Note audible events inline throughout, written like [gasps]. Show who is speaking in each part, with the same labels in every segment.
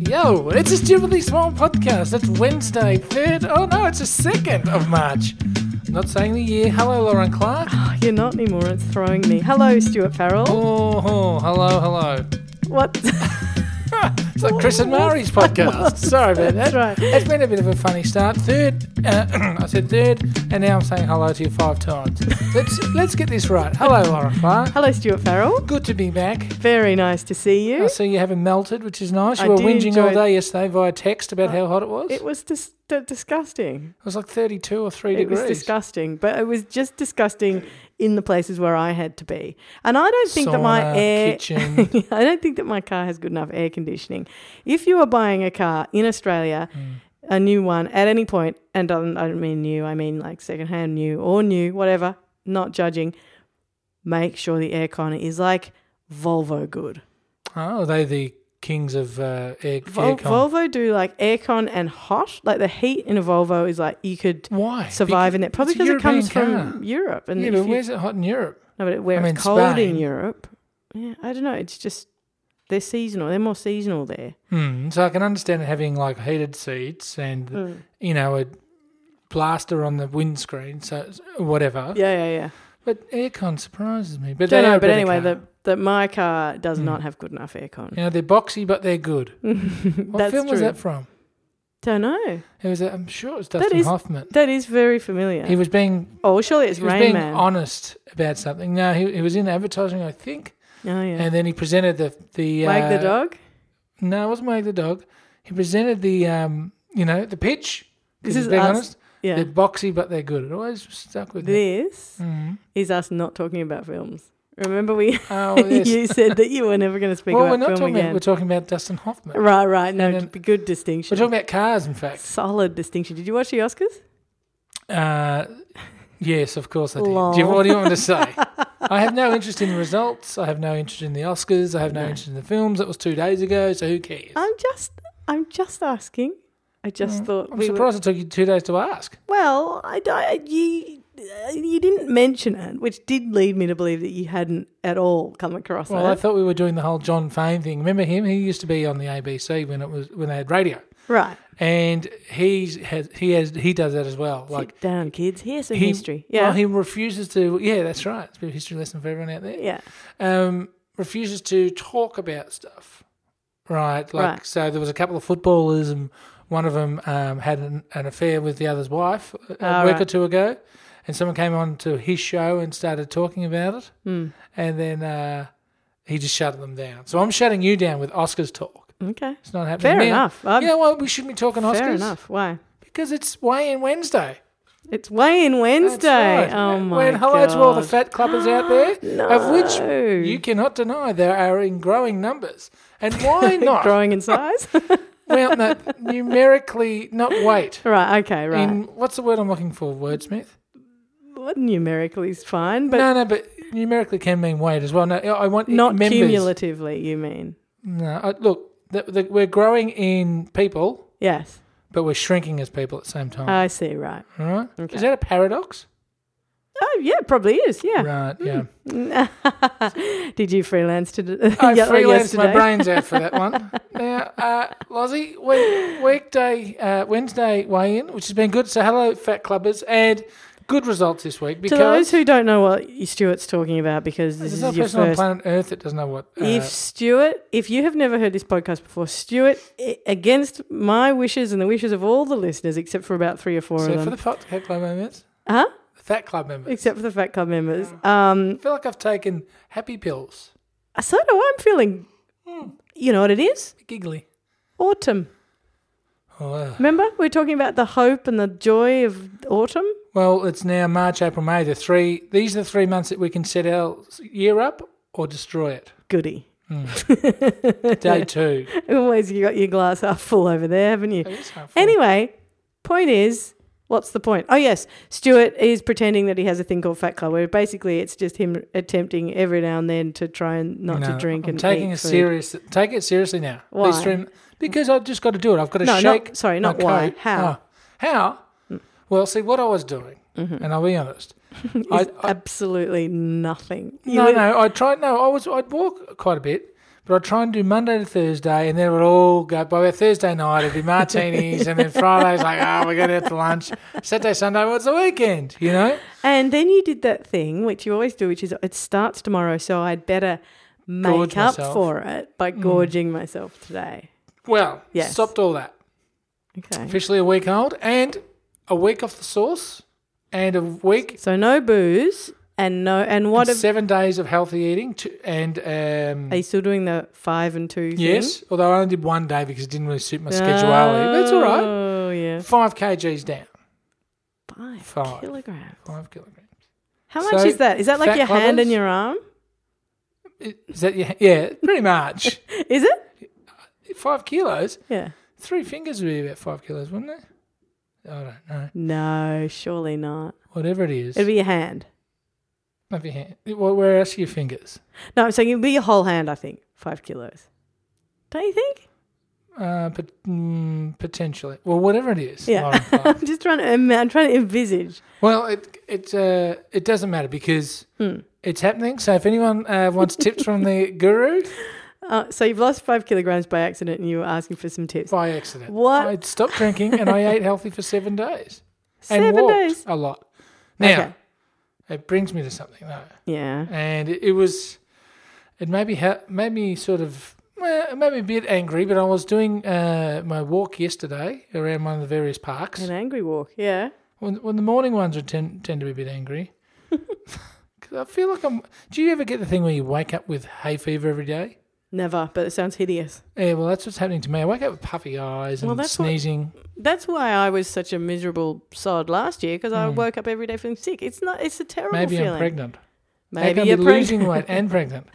Speaker 1: Yo, it's a stupidly small podcast. It's Wednesday, third. Oh no, it's the second of March. Not saying the year. Hello, Lauren Clark.
Speaker 2: Oh, [sighs] you're not anymore. It's throwing me. Hello, Stuart Farrell.
Speaker 1: Oh, oh, hello, hello.
Speaker 2: What? [laughs]
Speaker 1: It's like Chris and Mari's podcast. Sorry about that.
Speaker 2: Oh. That's right.
Speaker 1: It's been a bit of a funny start. Third, uh, [clears throat] I said third, and now I'm saying hello to you five times. let's let's get this right. Hello, Lauren Clark.
Speaker 2: Hello, Stuart Farrell.
Speaker 1: Good to be back.
Speaker 2: Very nice to see
Speaker 1: I
Speaker 2: you.
Speaker 1: see you haven't melted, which is nice. You
Speaker 2: I
Speaker 1: were
Speaker 2: did
Speaker 1: whinging all
Speaker 2: enjoy-
Speaker 1: day yesterday via text about how hot it was. It,
Speaker 2: It was dis- d- disgusting.
Speaker 1: was like 32 or 3
Speaker 2: It was
Speaker 1: degrees.
Speaker 2: disgusting, but it was just disgusting in the places where I had to be. And I don't think that my
Speaker 1: Sauna,
Speaker 2: air.
Speaker 1: kitchen.
Speaker 2: [laughs] I don't think that my car has good enough air conditioning. If you are buying a car in Australia,
Speaker 1: Hmm.
Speaker 2: a new one at any point, and I don't I don't mean new, I mean like secondhand new or new, whatever, not judging, make sure the aircon is like Volvo good.
Speaker 1: Oh, are they the kings of uh, air,
Speaker 2: Vol-
Speaker 1: aircon?
Speaker 2: Volvo do like aircon and hot, like the heat in a Volvo is like you could
Speaker 1: Why?
Speaker 2: survive in it. Probably because it comes
Speaker 1: European
Speaker 2: from Europe, and
Speaker 1: yeah,
Speaker 2: if
Speaker 1: but
Speaker 2: you-
Speaker 1: where's it hot in Europe?
Speaker 2: no, but it- where
Speaker 1: I mean,
Speaker 2: it's cold
Speaker 1: Spain.
Speaker 2: in Europe, yeah, I don't know. It's just they're seasonal. They're more seasonal there.
Speaker 1: Hmm. So I can understand having like heated seats and
Speaker 2: Mm.
Speaker 1: you know a blaster on the windscreen, so it's- whatever.
Speaker 2: Yeah, yeah, yeah.
Speaker 1: But aircon surprises me. Oh. But
Speaker 2: Don't
Speaker 1: they are a
Speaker 2: know, but
Speaker 1: better car.
Speaker 2: anyway, the, the my car
Speaker 1: Mm.
Speaker 2: does not have good enough aircon. [laughs]
Speaker 1: you know they're boxy but they're good. What
Speaker 2: That's
Speaker 1: film was
Speaker 2: true.
Speaker 1: that from?
Speaker 2: Don't know.
Speaker 1: It was. I'm sure it was
Speaker 2: That
Speaker 1: Dustin
Speaker 2: is-
Speaker 1: Hoffman.
Speaker 2: That is very familiar.
Speaker 1: He was being
Speaker 2: oh, surely it's Oh,
Speaker 1: he was
Speaker 2: Rain
Speaker 1: being
Speaker 2: Man.
Speaker 1: honest about something. No, he, he was in advertising, I think,
Speaker 2: oh yeah.
Speaker 1: and then he presented the the
Speaker 2: Wag the
Speaker 1: uh,
Speaker 2: dog.
Speaker 1: No, it wasn't Wag the Dog. He presented the, um, you know, the pitch.
Speaker 2: This
Speaker 1: He's
Speaker 2: is
Speaker 1: being
Speaker 2: us.
Speaker 1: honest.
Speaker 2: Yeah.
Speaker 1: They're boxy, but they're good. It always stuck with me.
Speaker 2: This [laughs]
Speaker 1: Mm.
Speaker 2: is us not talking about films. Remember we [laughs]
Speaker 1: Oh, yes.
Speaker 2: you said that you were never going to speak
Speaker 1: well,
Speaker 2: about
Speaker 1: we're not
Speaker 2: film
Speaker 1: talking about,
Speaker 2: again.
Speaker 1: we're talking about Dustin Hoffman.
Speaker 2: right, right. No,
Speaker 1: And then-
Speaker 2: b- good
Speaker 1: We're
Speaker 2: distinction.
Speaker 1: talking about cars, in fact.
Speaker 2: Solid distinction. Did you watch the Oscars?
Speaker 1: Uh, yes, of course I did.
Speaker 2: Lol.
Speaker 1: Do you, what do you want me to
Speaker 2: [laughs]
Speaker 1: say? I have no interest in the results. I have no interest in the Oscars. I have no,
Speaker 2: No.
Speaker 1: interest in the films. That was two days ago, so who cares?
Speaker 2: I'm just, I'm just asking. I just thought
Speaker 1: Mm. I'm
Speaker 2: we were-
Speaker 1: surprised it took you two days to ask.
Speaker 2: Well, I, I you uh, you didn't mention it, which did lead me to believe that you hadn't at all come across
Speaker 1: Well, I
Speaker 2: it.
Speaker 1: thought we were doing the whole John Fane thing. Remember him? He used to be on the ABC when it was when they had radio.
Speaker 2: right.
Speaker 1: and he's has he has he does that as well. Like
Speaker 2: Sit down, kids. Here's some
Speaker 1: he,
Speaker 2: history. Yeah.
Speaker 1: well, he refuses to. Yeah, that's right. It's a bit of a history lesson for everyone out there.
Speaker 2: yeah.
Speaker 1: Um, refuses to talk about stuff. Right, like
Speaker 2: Right.
Speaker 1: so. There was a couple of footballers, and one of them um, had an, an affair with the other's wife uh, a
Speaker 2: Ah,
Speaker 1: week or
Speaker 2: right.
Speaker 1: two ago, and someone came on to his show and started talking about it,
Speaker 2: Mm.
Speaker 1: and then uh, he just shut them down. So I'm shutting you down with Oscars talk.
Speaker 2: Okay.
Speaker 1: It's not happening.
Speaker 2: Fair
Speaker 1: now.
Speaker 2: enough. Um,
Speaker 1: You know what? We shouldn't be talking Oscars.
Speaker 2: fair enough. Why?
Speaker 1: Because it's weigh in Wednesday.
Speaker 2: It's weighing
Speaker 1: That's
Speaker 2: Wednesday.
Speaker 1: right.
Speaker 2: Oh
Speaker 1: And
Speaker 2: my
Speaker 1: when, hello
Speaker 2: god.
Speaker 1: to all the fat clubbers out there,
Speaker 2: [gasps]
Speaker 1: of which
Speaker 2: No.
Speaker 1: you cannot deny there are in growing numbers. And
Speaker 2: [laughs]
Speaker 1: why not?
Speaker 2: growing in size.
Speaker 1: [laughs]
Speaker 2: [laughs]
Speaker 1: well, no, numerically, not weight.
Speaker 2: right. Okay. Right.
Speaker 1: In what's the word I'm looking for? Wordsmith.
Speaker 2: What numerically is fine, but
Speaker 1: no, no, but numerically can mean weight as well. No, I want
Speaker 2: not
Speaker 1: members.
Speaker 2: cumulatively. You mean?
Speaker 1: No, I, look, the, the, we're growing in people,
Speaker 2: Yes.
Speaker 1: but we're shrinking as people at the same time.
Speaker 2: I see. Right.
Speaker 1: All right?
Speaker 2: Uh, okay.
Speaker 1: Is that a paradox?
Speaker 2: Oh yeah, probably is. Yeah. Hmm.
Speaker 1: Right. Yeah.
Speaker 2: [laughs] Did you freelance to
Speaker 1: I
Speaker 2: yeah, like
Speaker 1: freelanced my
Speaker 2: yesterday?
Speaker 1: brains
Speaker 2: [laughs]
Speaker 1: out for that one. now, uh, Lozzie, we- weekday, uh, Wednesday weigh in, which has been good. So, hello, fat clubbers, and good results this week
Speaker 2: To
Speaker 1: because
Speaker 2: those who don't know what Stuart's talking about, because this
Speaker 1: there's
Speaker 2: is
Speaker 1: no
Speaker 2: your
Speaker 1: person
Speaker 2: first.
Speaker 1: on planet Earth that doesn't know what. Uh,
Speaker 2: If Stuart, if you have never heard this podcast before, Stuart, i- against my wishes and the wishes of all the listeners, except for about three or four
Speaker 1: so
Speaker 2: of them,
Speaker 1: for the fat fat club members,
Speaker 2: huh?
Speaker 1: the fat club members,
Speaker 2: Except for the Fat Club members. Um,
Speaker 1: I feel like I've taken happy pills,
Speaker 2: so do I. I'm feeling.
Speaker 1: Hmm.
Speaker 2: You know what it is?
Speaker 1: giggly.
Speaker 2: Autumn.
Speaker 1: Oh, uh,
Speaker 2: Remember, we were talking about the hope and the joy of autumn.
Speaker 1: well, it's now March, April, May. The three these are the three months that we can set our year up or destroy it.
Speaker 2: Goody. [laughs]
Speaker 1: Day two.
Speaker 2: Always, you got your glass half full over there, haven't you?
Speaker 1: It is halfway.
Speaker 2: Anyway, point is, what's the point? Oh yes, Stuart is pretending that he has a thing called fat club, where basically it's just him attempting every now and then to try and not
Speaker 1: No,
Speaker 2: to drink
Speaker 1: I'm
Speaker 2: and
Speaker 1: taking
Speaker 2: eat
Speaker 1: it
Speaker 2: food.
Speaker 1: serious. Take it seriously now.
Speaker 2: Why?
Speaker 1: These three- because I've just got to do it. I've got to
Speaker 2: No, not-
Speaker 1: shake.
Speaker 2: sorry,
Speaker 1: my
Speaker 2: not why.
Speaker 1: coat.
Speaker 2: How? Mm.
Speaker 1: Oh. How? Well, see what I was doing,
Speaker 2: Mm-hmm.
Speaker 1: and I'll be
Speaker 2: [laughs]
Speaker 1: honest. I, I
Speaker 2: Absolutely nothing. You
Speaker 1: no,
Speaker 2: would-
Speaker 1: no, I tried. No, I was. I'd walk quite a bit, But I'd try and do Monday to Thursday, and then it would all go. By about Thursday night, it'd be martinis, and then Friday's like, oh, we're going out to lunch. Saturday, Sunday, what's the weekend? You know?
Speaker 2: And then you did that thing, which you always do, which is it starts tomorrow, so I'd better make
Speaker 1: Gorge
Speaker 2: up
Speaker 1: myself. Mm.
Speaker 2: for it by gorging myself today.
Speaker 1: Well,
Speaker 2: Yes.
Speaker 1: stopped all that.
Speaker 2: Okay.
Speaker 1: Officially a week old, and a week off the sauce, and a week,
Speaker 2: So no booze and no and what if
Speaker 1: seven days of healthy eating, to, and um,
Speaker 2: are you still doing the five and two thing?
Speaker 1: Yes, although I only did one day because it didn't really suit my scheduleality. But it's all right.
Speaker 2: Oh yeah.
Speaker 1: Five kgs down,
Speaker 2: Five,
Speaker 1: Five.
Speaker 2: kilograms.
Speaker 1: five kilograms.
Speaker 2: How much
Speaker 1: So,
Speaker 2: is that? Is that like
Speaker 1: fat
Speaker 2: your hand
Speaker 1: clubbers?
Speaker 2: and your arm?
Speaker 1: Is that yeah? [laughs] Yeah, pretty
Speaker 2: [laughs]
Speaker 1: much.
Speaker 2: Is it?
Speaker 1: five kilos.
Speaker 2: Yeah.
Speaker 1: Three fingers would be about five kilos, wouldn't it? I don't know.
Speaker 2: No, surely not.
Speaker 1: Whatever it is,
Speaker 2: It'd be your hand.
Speaker 1: Not your hand. Well, where else are your fingers?
Speaker 2: No, I'm saying it'd be your whole hand, I think. Five kilos. Don't you think?
Speaker 1: Uh, but mm, potentially. Well, whatever it is.
Speaker 2: Yeah.
Speaker 1: Lauren Clark.
Speaker 2: [laughs] I'm just trying to im- I'm trying to envisage.
Speaker 1: Well, it it uh, it doesn't matter because
Speaker 2: Hmm.
Speaker 1: it's happening. So if anyone uh, wants tips from the guru,
Speaker 2: Uh, so you've lost five kilograms by accident and you were asking for some tips.
Speaker 1: by accident.
Speaker 2: What?
Speaker 1: I stopped drinking
Speaker 2: [laughs]
Speaker 1: and I ate healthy for seven days.
Speaker 2: Seven
Speaker 1: and walked
Speaker 2: days.
Speaker 1: A lot. Now,
Speaker 2: Okay.
Speaker 1: it brings me to something though.
Speaker 2: Yeah.
Speaker 1: And it, it was, it made me, ha- made me sort of, well, it made me a bit angry, but I was doing uh, my walk yesterday around one of the various parks.
Speaker 2: An angry walk. Yeah.
Speaker 1: When, when the morning ones would tend, tend to be a bit
Speaker 2: [laughs]
Speaker 1: angry. 'Cause I feel like I'm. Do you ever get the thing where you wake up with hay fever every day?
Speaker 2: Never, but it sounds hideous.
Speaker 1: Yeah, well, that's what's happening to me. I wake up with puffy eyes and
Speaker 2: Well, that's what-
Speaker 1: sneezing.
Speaker 2: That's why I was such a miserable sod last year because I woke up every day feeling sick. It's not. It's a terrible
Speaker 1: Hmm. Maybe
Speaker 2: feeling.
Speaker 1: I'm pregnant.
Speaker 2: Maybe
Speaker 1: I'm
Speaker 2: you're pregnant.
Speaker 1: losing weight and pregnant.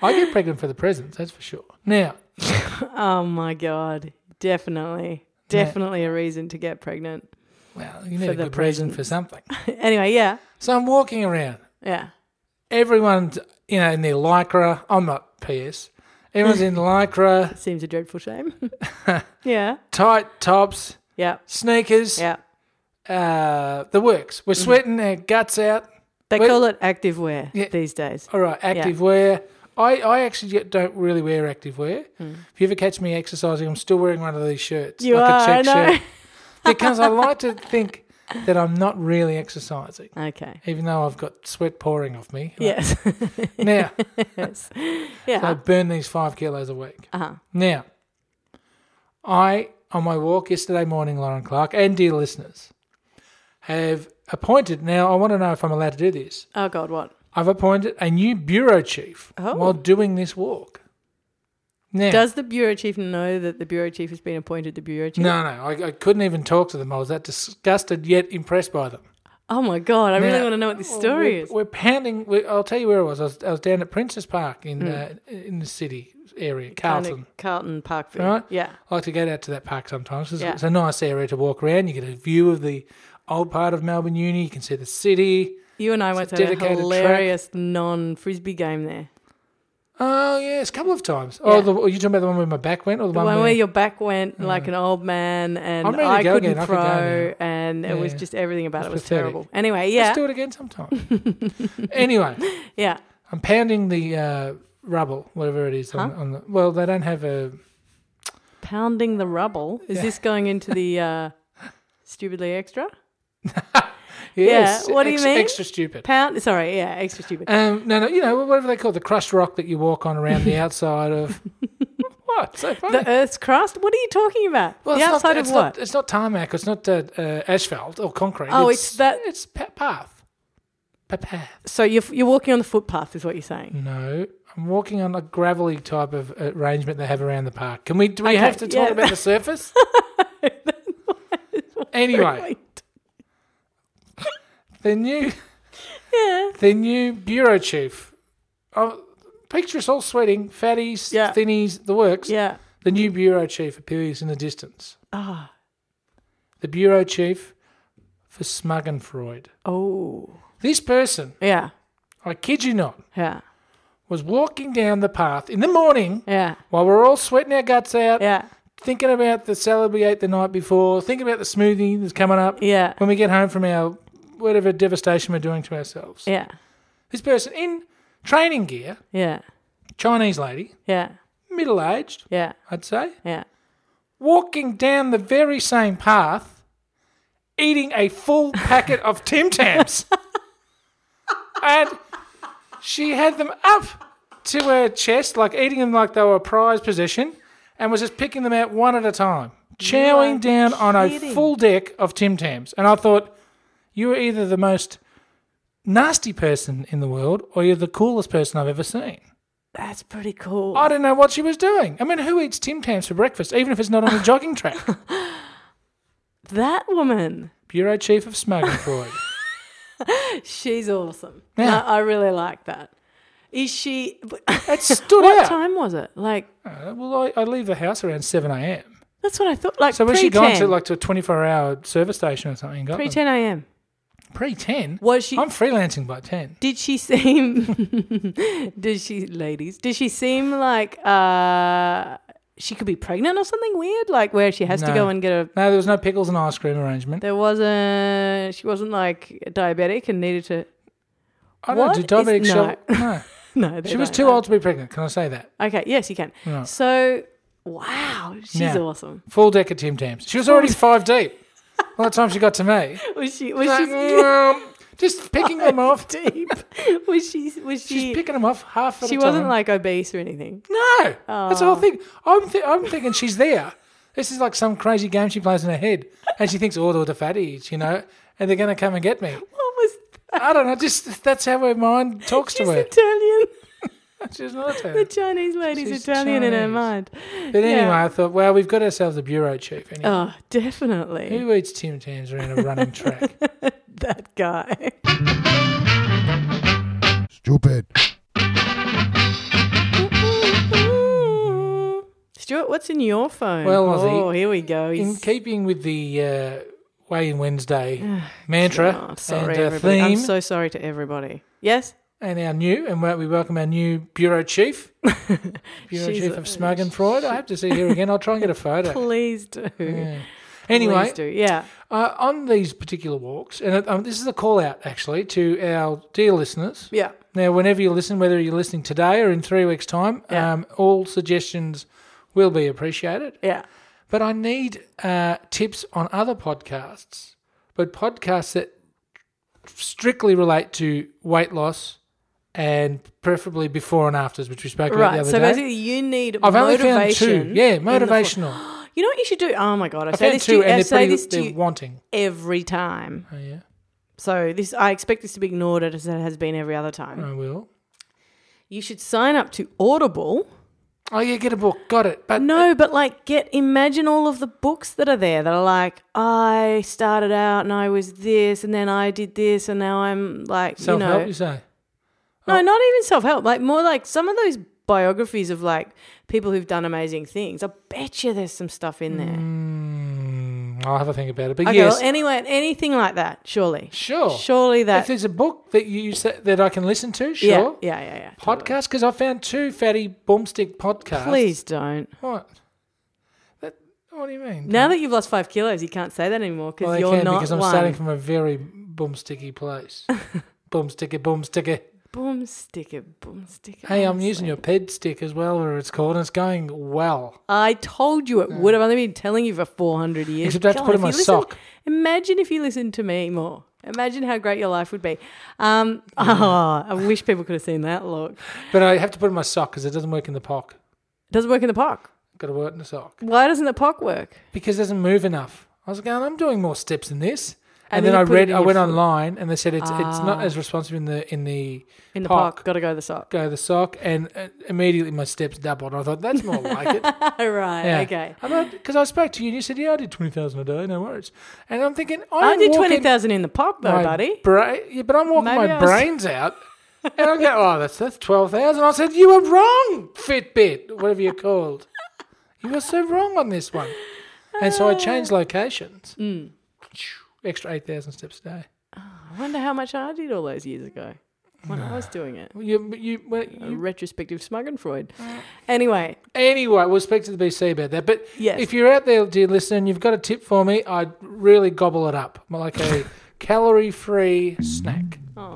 Speaker 1: I get pregnant for the presents, that's for sure. Now,
Speaker 2: [laughs] Oh my god! Definitely, definitely a reason to get pregnant. [laughs]
Speaker 1: well, you need
Speaker 2: For
Speaker 1: a
Speaker 2: the
Speaker 1: good reason for something.
Speaker 2: anyway, yeah,
Speaker 1: So I'm walking around.
Speaker 2: yeah.
Speaker 1: Everyone's, you know, in their lycra. I'm not PS. Everyone's
Speaker 2: [laughs]
Speaker 1: in lycra,
Speaker 2: Seems a
Speaker 1: [laughs]
Speaker 2: dreadful shame. yeah,
Speaker 1: tight tops,
Speaker 2: yeah,
Speaker 1: sneakers,
Speaker 2: yeah. Mm-hmm.
Speaker 1: uh, the works. We're sweating our guts out.
Speaker 2: They
Speaker 1: Wait.
Speaker 2: call it active wear
Speaker 1: Yeah.
Speaker 2: these days.
Speaker 1: All right, active wear. I, I actually get- don't really wear active wear. If you ever catch me exercising, I'm still wearing one of these shirts,
Speaker 2: Hmm. You
Speaker 1: like
Speaker 2: are,
Speaker 1: a
Speaker 2: I
Speaker 1: check
Speaker 2: know. [laughs]
Speaker 1: shirt, because I like to think that I'm not really exercising.
Speaker 2: Okay.
Speaker 1: even though I've got sweat pouring off me.
Speaker 2: Yes. [laughs]
Speaker 1: Now,
Speaker 2: yes.
Speaker 1: I
Speaker 2: Yeah.
Speaker 1: burn these five kilos a week.
Speaker 2: Uh huh.
Speaker 1: Now, I, on my walk yesterday morning, Lauren Clark, and dear listeners, have appointed, now I want to know if I'm allowed to do this.
Speaker 2: Oh god, what?
Speaker 1: I've appointed a new bureau chief
Speaker 2: Oh.
Speaker 1: while doing this walk. Now,
Speaker 2: Does the bureau chief know that the bureau chief has been appointed the bureau chief?
Speaker 1: no, no, I, I couldn't even talk to them. I was that disgusted yet impressed by them.
Speaker 2: Oh my god! I really
Speaker 1: Now,
Speaker 2: want to know what this
Speaker 1: well,
Speaker 2: story
Speaker 1: we're,
Speaker 2: is.
Speaker 1: We're pounding. we I'll tell you where I was. I was, I was down at Princess Park
Speaker 2: Hmm.
Speaker 1: in uh, in the city area, Carlton.
Speaker 2: Carlton Parkville.
Speaker 1: Right?
Speaker 2: Yeah.
Speaker 1: I like to get out to that park sometimes. 'cause
Speaker 2: Yeah.
Speaker 1: It's a nice area to walk around. You get a view of the old part of Melbourne Uni. You can see the city.
Speaker 2: You and I went
Speaker 1: a
Speaker 2: to a
Speaker 1: dedicated track.
Speaker 2: hilarious non frisbee game there.
Speaker 1: Oh yes, a couple of times.
Speaker 2: Yeah.
Speaker 1: Oh, the, are you talking about the one where my back went, or the,
Speaker 2: The
Speaker 1: one,
Speaker 2: one
Speaker 1: where,
Speaker 2: where your back went like an old man and
Speaker 1: I'm ready to
Speaker 2: I
Speaker 1: go
Speaker 2: couldn't
Speaker 1: again. I could
Speaker 2: throw
Speaker 1: go now.
Speaker 2: and it was
Speaker 1: Yeah.
Speaker 2: just everything about it was
Speaker 1: pathetic.
Speaker 2: terrible. Anyway,
Speaker 1: Let's
Speaker 2: yeah.
Speaker 1: do it again sometime. [laughs] anyway,
Speaker 2: Yeah.
Speaker 1: I'm pounding the uh, rubble, whatever it is. On, on the, well, they don't have a.
Speaker 2: Pounding the rubble. Is this going into the uh,
Speaker 1: [laughs]
Speaker 2: stupidly extra?
Speaker 1: Yes,
Speaker 2: what do you
Speaker 1: ex-
Speaker 2: mean?
Speaker 1: Extra stupid.
Speaker 2: Pound sorry, yeah, extra stupid.
Speaker 1: Um, no, no, you know, whatever they call it, the crushed rock that you walk on around
Speaker 2: [laughs]
Speaker 1: the outside of. what? So funny.
Speaker 2: the earth's crust? What are you talking about? the
Speaker 1: it's
Speaker 2: outside
Speaker 1: not,
Speaker 2: of
Speaker 1: it's
Speaker 2: what?
Speaker 1: Not, it's not tarmac. It's not uh, uh, asphalt or concrete.
Speaker 2: Oh, it's that-
Speaker 1: It's pa- path. Pa- path.
Speaker 2: so you're, you're walking on the footpath is what you're saying.
Speaker 1: No, I'm walking on a gravelly type of arrangement they have around the park. Can we? Do we have to talk
Speaker 2: yeah.
Speaker 1: about the
Speaker 2: [laughs]
Speaker 1: surface? anyway, the new,
Speaker 2: Yeah.
Speaker 1: the new bureau chief. Oh, picture us all sweating, fatties,
Speaker 2: Yeah.
Speaker 1: thinnies, the works.
Speaker 2: Yeah.
Speaker 1: The new bureau chief appears in the distance.
Speaker 2: Oh.
Speaker 1: The bureau chief for Smug and Freud.
Speaker 2: oh.
Speaker 1: This person,
Speaker 2: Yeah.
Speaker 1: I kid you not,
Speaker 2: Yeah.
Speaker 1: was walking down the path in the morning
Speaker 2: Yeah.
Speaker 1: while we're all sweating our guts out,
Speaker 2: Yeah.
Speaker 1: thinking about the salad we ate the night before, thinking about the smoothie that's coming up
Speaker 2: Yeah.
Speaker 1: when we get home from our whatever devastation we're doing to ourselves.
Speaker 2: Yeah.
Speaker 1: This person in training gear,
Speaker 2: Yeah.
Speaker 1: Chinese lady,
Speaker 2: Yeah.
Speaker 1: middle aged,
Speaker 2: Yeah.
Speaker 1: I'd say,
Speaker 2: Yeah.
Speaker 1: walking down the very same path, eating a full packet of Tim
Speaker 2: [laughs]
Speaker 1: Tams. and she had them up to her chest, like eating them like they were a prized possession, and was just picking them out one at a time,
Speaker 2: are
Speaker 1: chowing down on a
Speaker 2: kidding.
Speaker 1: full deck of Tim Tams. And I thought, you are either the most nasty person in the world or you're the coolest person I've ever seen.
Speaker 2: That's pretty cool.
Speaker 1: I don't know what she was doing. I mean, who eats Tim Tams for breakfast, even if it's not on
Speaker 2: [laughs]
Speaker 1: the jogging track?
Speaker 2: that woman.
Speaker 1: Bureau Chief of Smuggling Freud.
Speaker 2: She's awesome.
Speaker 1: Yeah.
Speaker 2: I, I really like that. Is she? [laughs]
Speaker 1: It stood
Speaker 2: what
Speaker 1: out.
Speaker 2: time was it? Like
Speaker 1: Uh, well, I, I leave the house around 7 a.m.
Speaker 2: that's what I thought. Like
Speaker 1: So
Speaker 2: pre
Speaker 1: was
Speaker 2: ten.
Speaker 1: she gone to like to a 24 hour service station or something? and Got
Speaker 2: pre
Speaker 1: pre
Speaker 2: ten a.m.
Speaker 1: 10?
Speaker 2: Was she?
Speaker 1: I'm freelancing by 10.
Speaker 2: did she seem? [laughs] did she, ladies? Did she seem like uh, she could be pregnant or something weird? Like where she has to
Speaker 1: No.
Speaker 2: go and get a.
Speaker 1: No, there was no pickles and ice cream arrangement.
Speaker 2: There wasn't. She wasn't like diabetic and needed to.
Speaker 1: I
Speaker 2: What
Speaker 1: don't know. Did diabetic
Speaker 2: is-
Speaker 1: shell?
Speaker 2: [laughs]
Speaker 1: [laughs] No.
Speaker 2: No, they
Speaker 1: She was
Speaker 2: don't
Speaker 1: too
Speaker 2: know.
Speaker 1: old to be pregnant. Can I say that?
Speaker 2: Okay. Yes, you can.
Speaker 1: Right.
Speaker 2: So wow, she's
Speaker 1: Yeah.
Speaker 2: awesome.
Speaker 1: Full deck of Tim Tams. She was already five deep. By the time she got to me,
Speaker 2: Was she? [laughs] Was
Speaker 1: like,
Speaker 2: she?
Speaker 1: um, just picking
Speaker 2: [laughs]
Speaker 1: them off.
Speaker 2: deep. [laughs] was she? Was
Speaker 1: She's
Speaker 2: she?
Speaker 1: picking them off half. At
Speaker 2: she
Speaker 1: a
Speaker 2: wasn't
Speaker 1: time.
Speaker 2: like obese or anything. Oh.
Speaker 1: No, that's the whole thing. I'm, th- I'm thinking she's there. This is like some crazy game she plays in her head, and she thinks, "Oh, they're the fatties," you know, and they're going to come and get me.
Speaker 2: What was that?
Speaker 1: I don't know. Just that's how her mind talks to
Speaker 2: She's
Speaker 1: her. [laughs]
Speaker 2: Italian.
Speaker 1: She's not.
Speaker 2: The [laughs]
Speaker 1: Her.
Speaker 2: Chinese lady's
Speaker 1: She's
Speaker 2: Italian in her
Speaker 1: Chinese.
Speaker 2: mind.
Speaker 1: But anyway, I thought, well, we've got ourselves a bureau chief. Anyway.
Speaker 2: Oh, definitely
Speaker 1: Who eats Tim Tams around a
Speaker 2: [laughs]
Speaker 1: running track?
Speaker 2: that guy.
Speaker 3: Stupid.
Speaker 2: [laughs] Stuart, what's in your phone?
Speaker 1: Well, Ozzy,
Speaker 2: oh, here we go.
Speaker 1: In [sighs]
Speaker 2: [sighs] He's
Speaker 1: keeping with the uh, Way in Wednesday mantra
Speaker 2: Oh, sorry,
Speaker 1: and uh,
Speaker 2: everybody. I'm
Speaker 1: theme,
Speaker 2: so sorry to everybody.
Speaker 1: [laughs]
Speaker 2: Yes,
Speaker 1: and our new, and we welcome our new bureau chief, bureau
Speaker 2: She's
Speaker 1: chief
Speaker 2: a-
Speaker 1: of Smug and Freud. I hope to see her again. I'll try and get a photo.
Speaker 2: [laughs] please do.
Speaker 1: Yeah. Anyway,
Speaker 2: please do. Yeah. uh,
Speaker 1: uh, on these particular walks, and um, this is a call out actually to our dear listeners.
Speaker 2: yeah.
Speaker 1: Now, whenever you listen, whether you're listening today or in three weeks' time,
Speaker 2: Yeah.
Speaker 1: um, all suggestions will be appreciated.
Speaker 2: Yeah.
Speaker 1: But I need uh, tips on other podcasts, but podcasts that strictly relate to weight loss and preferably before and afters, which we spoke about the
Speaker 2: Right.
Speaker 1: other
Speaker 2: So
Speaker 1: day.
Speaker 2: basically, you need
Speaker 1: I've only
Speaker 2: motivation.
Speaker 1: found two. Yeah,
Speaker 2: in the fo-
Speaker 1: motivational.
Speaker 2: You know what you should do? Oh my god, I,
Speaker 1: I
Speaker 2: say
Speaker 1: found
Speaker 2: this to you.
Speaker 1: two, and
Speaker 2: I
Speaker 1: they're,
Speaker 2: say
Speaker 1: pretty,
Speaker 2: this to
Speaker 1: they're
Speaker 2: you
Speaker 1: wanting.
Speaker 2: every time.
Speaker 1: Oh, yeah,
Speaker 2: So this, I expect this to be ignored as it has been every other time.
Speaker 1: I will.
Speaker 2: You should sign up to Audible.
Speaker 1: Oh, yeah, get a book. Got it. But
Speaker 2: No, but like, get imagine all of the books that are there that are like, I started out and I was this, and then I did this, and now I'm like, you
Speaker 1: self help, you,
Speaker 2: know,
Speaker 1: say?
Speaker 2: no, not even self help. Like more like some of those biographies of like people who've done amazing things. I bet you there's some stuff in there.
Speaker 1: Mm, I'll have a think about it. But
Speaker 2: Okay,
Speaker 1: yes,
Speaker 2: well, anyway, anything like that, surely.
Speaker 1: sure.
Speaker 2: Surely
Speaker 1: If
Speaker 2: that.
Speaker 1: there's a book that you sa that I can listen to, sure.
Speaker 2: Yeah, yeah, yeah, yeah. totally.
Speaker 1: Podcast because I found two fatty boomstick podcasts.
Speaker 2: Please don't.
Speaker 1: What? That, what do you mean?
Speaker 2: Now that you've lost five kilos, you can't say that anymore because
Speaker 1: well, I
Speaker 2: you're
Speaker 1: can
Speaker 2: not
Speaker 1: because I'm
Speaker 2: one.
Speaker 1: starting from a very boomsticky
Speaker 2: [laughs]
Speaker 1: place. boomsticker, boomsticker.
Speaker 2: boom sticker, boom sticker.
Speaker 1: Hey, I'm
Speaker 2: honestly.
Speaker 1: using your ped stick as well, or it's called, and it's going well.
Speaker 2: I told you it would have only been telling you for 400 years.
Speaker 1: Except I have to
Speaker 2: God,
Speaker 1: put it in
Speaker 2: if
Speaker 1: my
Speaker 2: you listen-
Speaker 1: sock.
Speaker 2: Imagine if you listened to me more. Imagine how great your life would be. Um, oh, [laughs] I wish people could have seen that look.
Speaker 1: But I have to put it in my sock because it doesn't work in the pock.
Speaker 2: Doesn't work in the POC.
Speaker 1: Got to work in the sock
Speaker 2: Why doesn't the POC work?
Speaker 1: because it doesn't move enough. I was going, I'm doing more steps than this. And,
Speaker 2: And then
Speaker 1: then,
Speaker 2: you
Speaker 1: I
Speaker 2: put it
Speaker 1: read,
Speaker 2: in
Speaker 1: I
Speaker 2: your
Speaker 1: went
Speaker 2: foot.
Speaker 1: online, and they said it's it's
Speaker 2: Ah.
Speaker 1: not as responsive in the in the
Speaker 2: In the
Speaker 1: Pock.
Speaker 2: POC, got to go to the [laughs] sock.
Speaker 1: go the sock, and uh, immediately my steps doubled. I thought that's more like
Speaker 2: [laughs]
Speaker 1: it.
Speaker 2: right,
Speaker 1: Yeah.
Speaker 2: okay.
Speaker 1: I thought because I spoke to you and you said, "Yeah, I did twenty thousand a day, no worries." And I'm thinking, I'm
Speaker 2: I did
Speaker 1: walking
Speaker 2: 20,000 in the POC though,
Speaker 1: my
Speaker 2: buddy.
Speaker 1: Bra- yeah, but I'm walking
Speaker 2: Maybe
Speaker 1: my
Speaker 2: I was-
Speaker 1: brains out, and I go, [laughs] "Oh, that's that's twelve thousand. I said, "You were wrong, Fitbit, whatever you're called. You were so wrong on this one." And so I changed locations.
Speaker 2: Mm.
Speaker 1: Extra eight thousand steps a day.
Speaker 2: I wonder how much I did all those years ago when I was doing it.
Speaker 1: Well, You, you, well,
Speaker 2: A
Speaker 1: you,
Speaker 2: retrospective smug and Freud. Anyway,
Speaker 1: anyway, we'll speak to the BC about that. But
Speaker 2: Yes.
Speaker 1: if you're out there, dear listener, and you've got a tip for me,
Speaker 2: [laughs]
Speaker 1: I'd really gobble it up like a calorie-free snack.
Speaker 2: oh,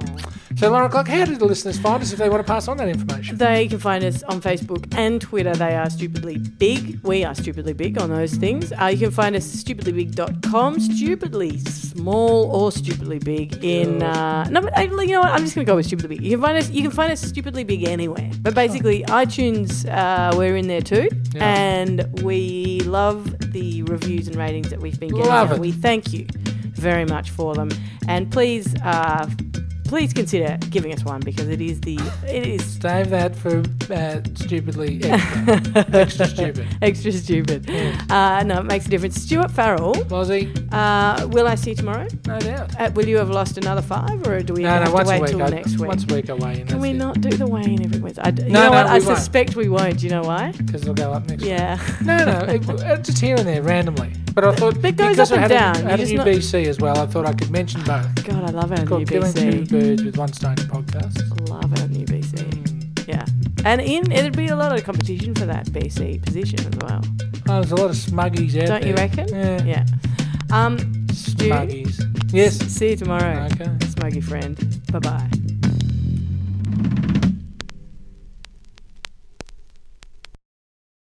Speaker 1: So, Lauren Clark, how do the listeners find us if they want to pass on that information?
Speaker 2: They can find us on Facebook and Twitter. They are Stupidly Big. We are Stupidly Big on those things. Uh, you can find us at stupidlybig.com, Stupidly Small or Stupidly Big in. Uh, no, but actually, you know what? I'm just going to go with Stupidly Big. You can find us. You can find us Stupidly Big anywhere. But basically, iTunes, uh, we're in there too,
Speaker 1: Oh. Yeah.
Speaker 2: and we love the reviews and ratings that we've been getting.
Speaker 1: Love
Speaker 2: and
Speaker 1: it.
Speaker 2: We thank you very much for them, and please. Uh, Please consider giving us one because it is the it is
Speaker 1: Save that for uh, stupidly [laughs] extra.
Speaker 2: [laughs]
Speaker 1: extra stupid.
Speaker 2: extra stupid. Uh, no, it makes a difference. Stuart Farrell,
Speaker 1: Lozzie,
Speaker 2: uh, will I see you tomorrow?
Speaker 1: no doubt.
Speaker 2: Uh, will you have lost another five, or do we
Speaker 1: No,
Speaker 2: have
Speaker 1: no,
Speaker 2: to
Speaker 1: once
Speaker 2: wait
Speaker 1: a week.
Speaker 2: till
Speaker 1: I,
Speaker 2: next week?
Speaker 1: Once a week away. And
Speaker 2: Can we not do the weigh-in every Wednesday? I d you
Speaker 1: No,
Speaker 2: know
Speaker 1: no,
Speaker 2: what?
Speaker 1: we
Speaker 2: I
Speaker 1: won't.
Speaker 2: suspect we won't. Do you know why?
Speaker 1: Because it'll go up next week.
Speaker 2: Yeah. [laughs]
Speaker 1: No, no, it, uh, just here and there, randomly. But I thought
Speaker 2: But it goes
Speaker 1: because
Speaker 2: up
Speaker 1: I
Speaker 2: and
Speaker 1: had
Speaker 2: down,
Speaker 1: A,
Speaker 2: you
Speaker 1: I had a
Speaker 2: just
Speaker 1: new
Speaker 2: not-
Speaker 1: BC as well. I thought I could mention both.
Speaker 2: God, I love our
Speaker 1: It's called
Speaker 2: new
Speaker 1: Killing Two
Speaker 2: BC.
Speaker 1: Birds with One Stone podcast.
Speaker 2: Love our new BC. Yeah. And in it'd be a lot of competition for that BC position as well.
Speaker 1: Oh, there's a lot of smuggies out there.
Speaker 2: Don't you reckon?
Speaker 1: Yeah.
Speaker 2: Yeah. Um. Stu,
Speaker 1: Smuggies. Yes.
Speaker 2: See you tomorrow,
Speaker 1: Okay.
Speaker 2: smuggy friend. Bye bye.